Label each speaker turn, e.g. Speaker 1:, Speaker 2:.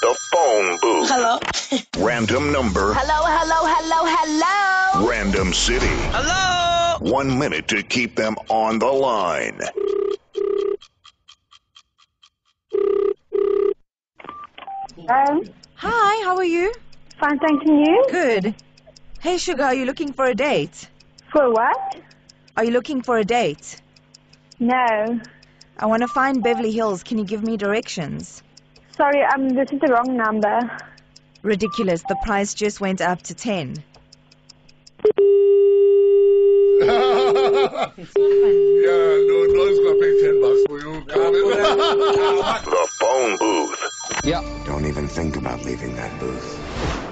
Speaker 1: phone booth.
Speaker 2: Hello.
Speaker 1: Random number.
Speaker 2: Hello, hello, hello, hello.
Speaker 1: Random city.
Speaker 2: Hello.
Speaker 1: One minute to keep them on the line.
Speaker 3: Hello.
Speaker 4: Hi, how are you?
Speaker 3: Fine, thank you.
Speaker 4: Good. Hey, Sugar, are you looking for a date?
Speaker 3: For what?
Speaker 4: Are you looking for a date?
Speaker 3: No.
Speaker 4: I want to find Beverly Hills. Can you give me directions?
Speaker 3: Sorry, um, this is the wrong number.
Speaker 4: Ridiculous. The price just went up to 10.
Speaker 5: Yeah, no, no, he's gonna pay ten bucks for you. Got it.
Speaker 1: The phone booth.
Speaker 6: Don't even think about leaving that booth.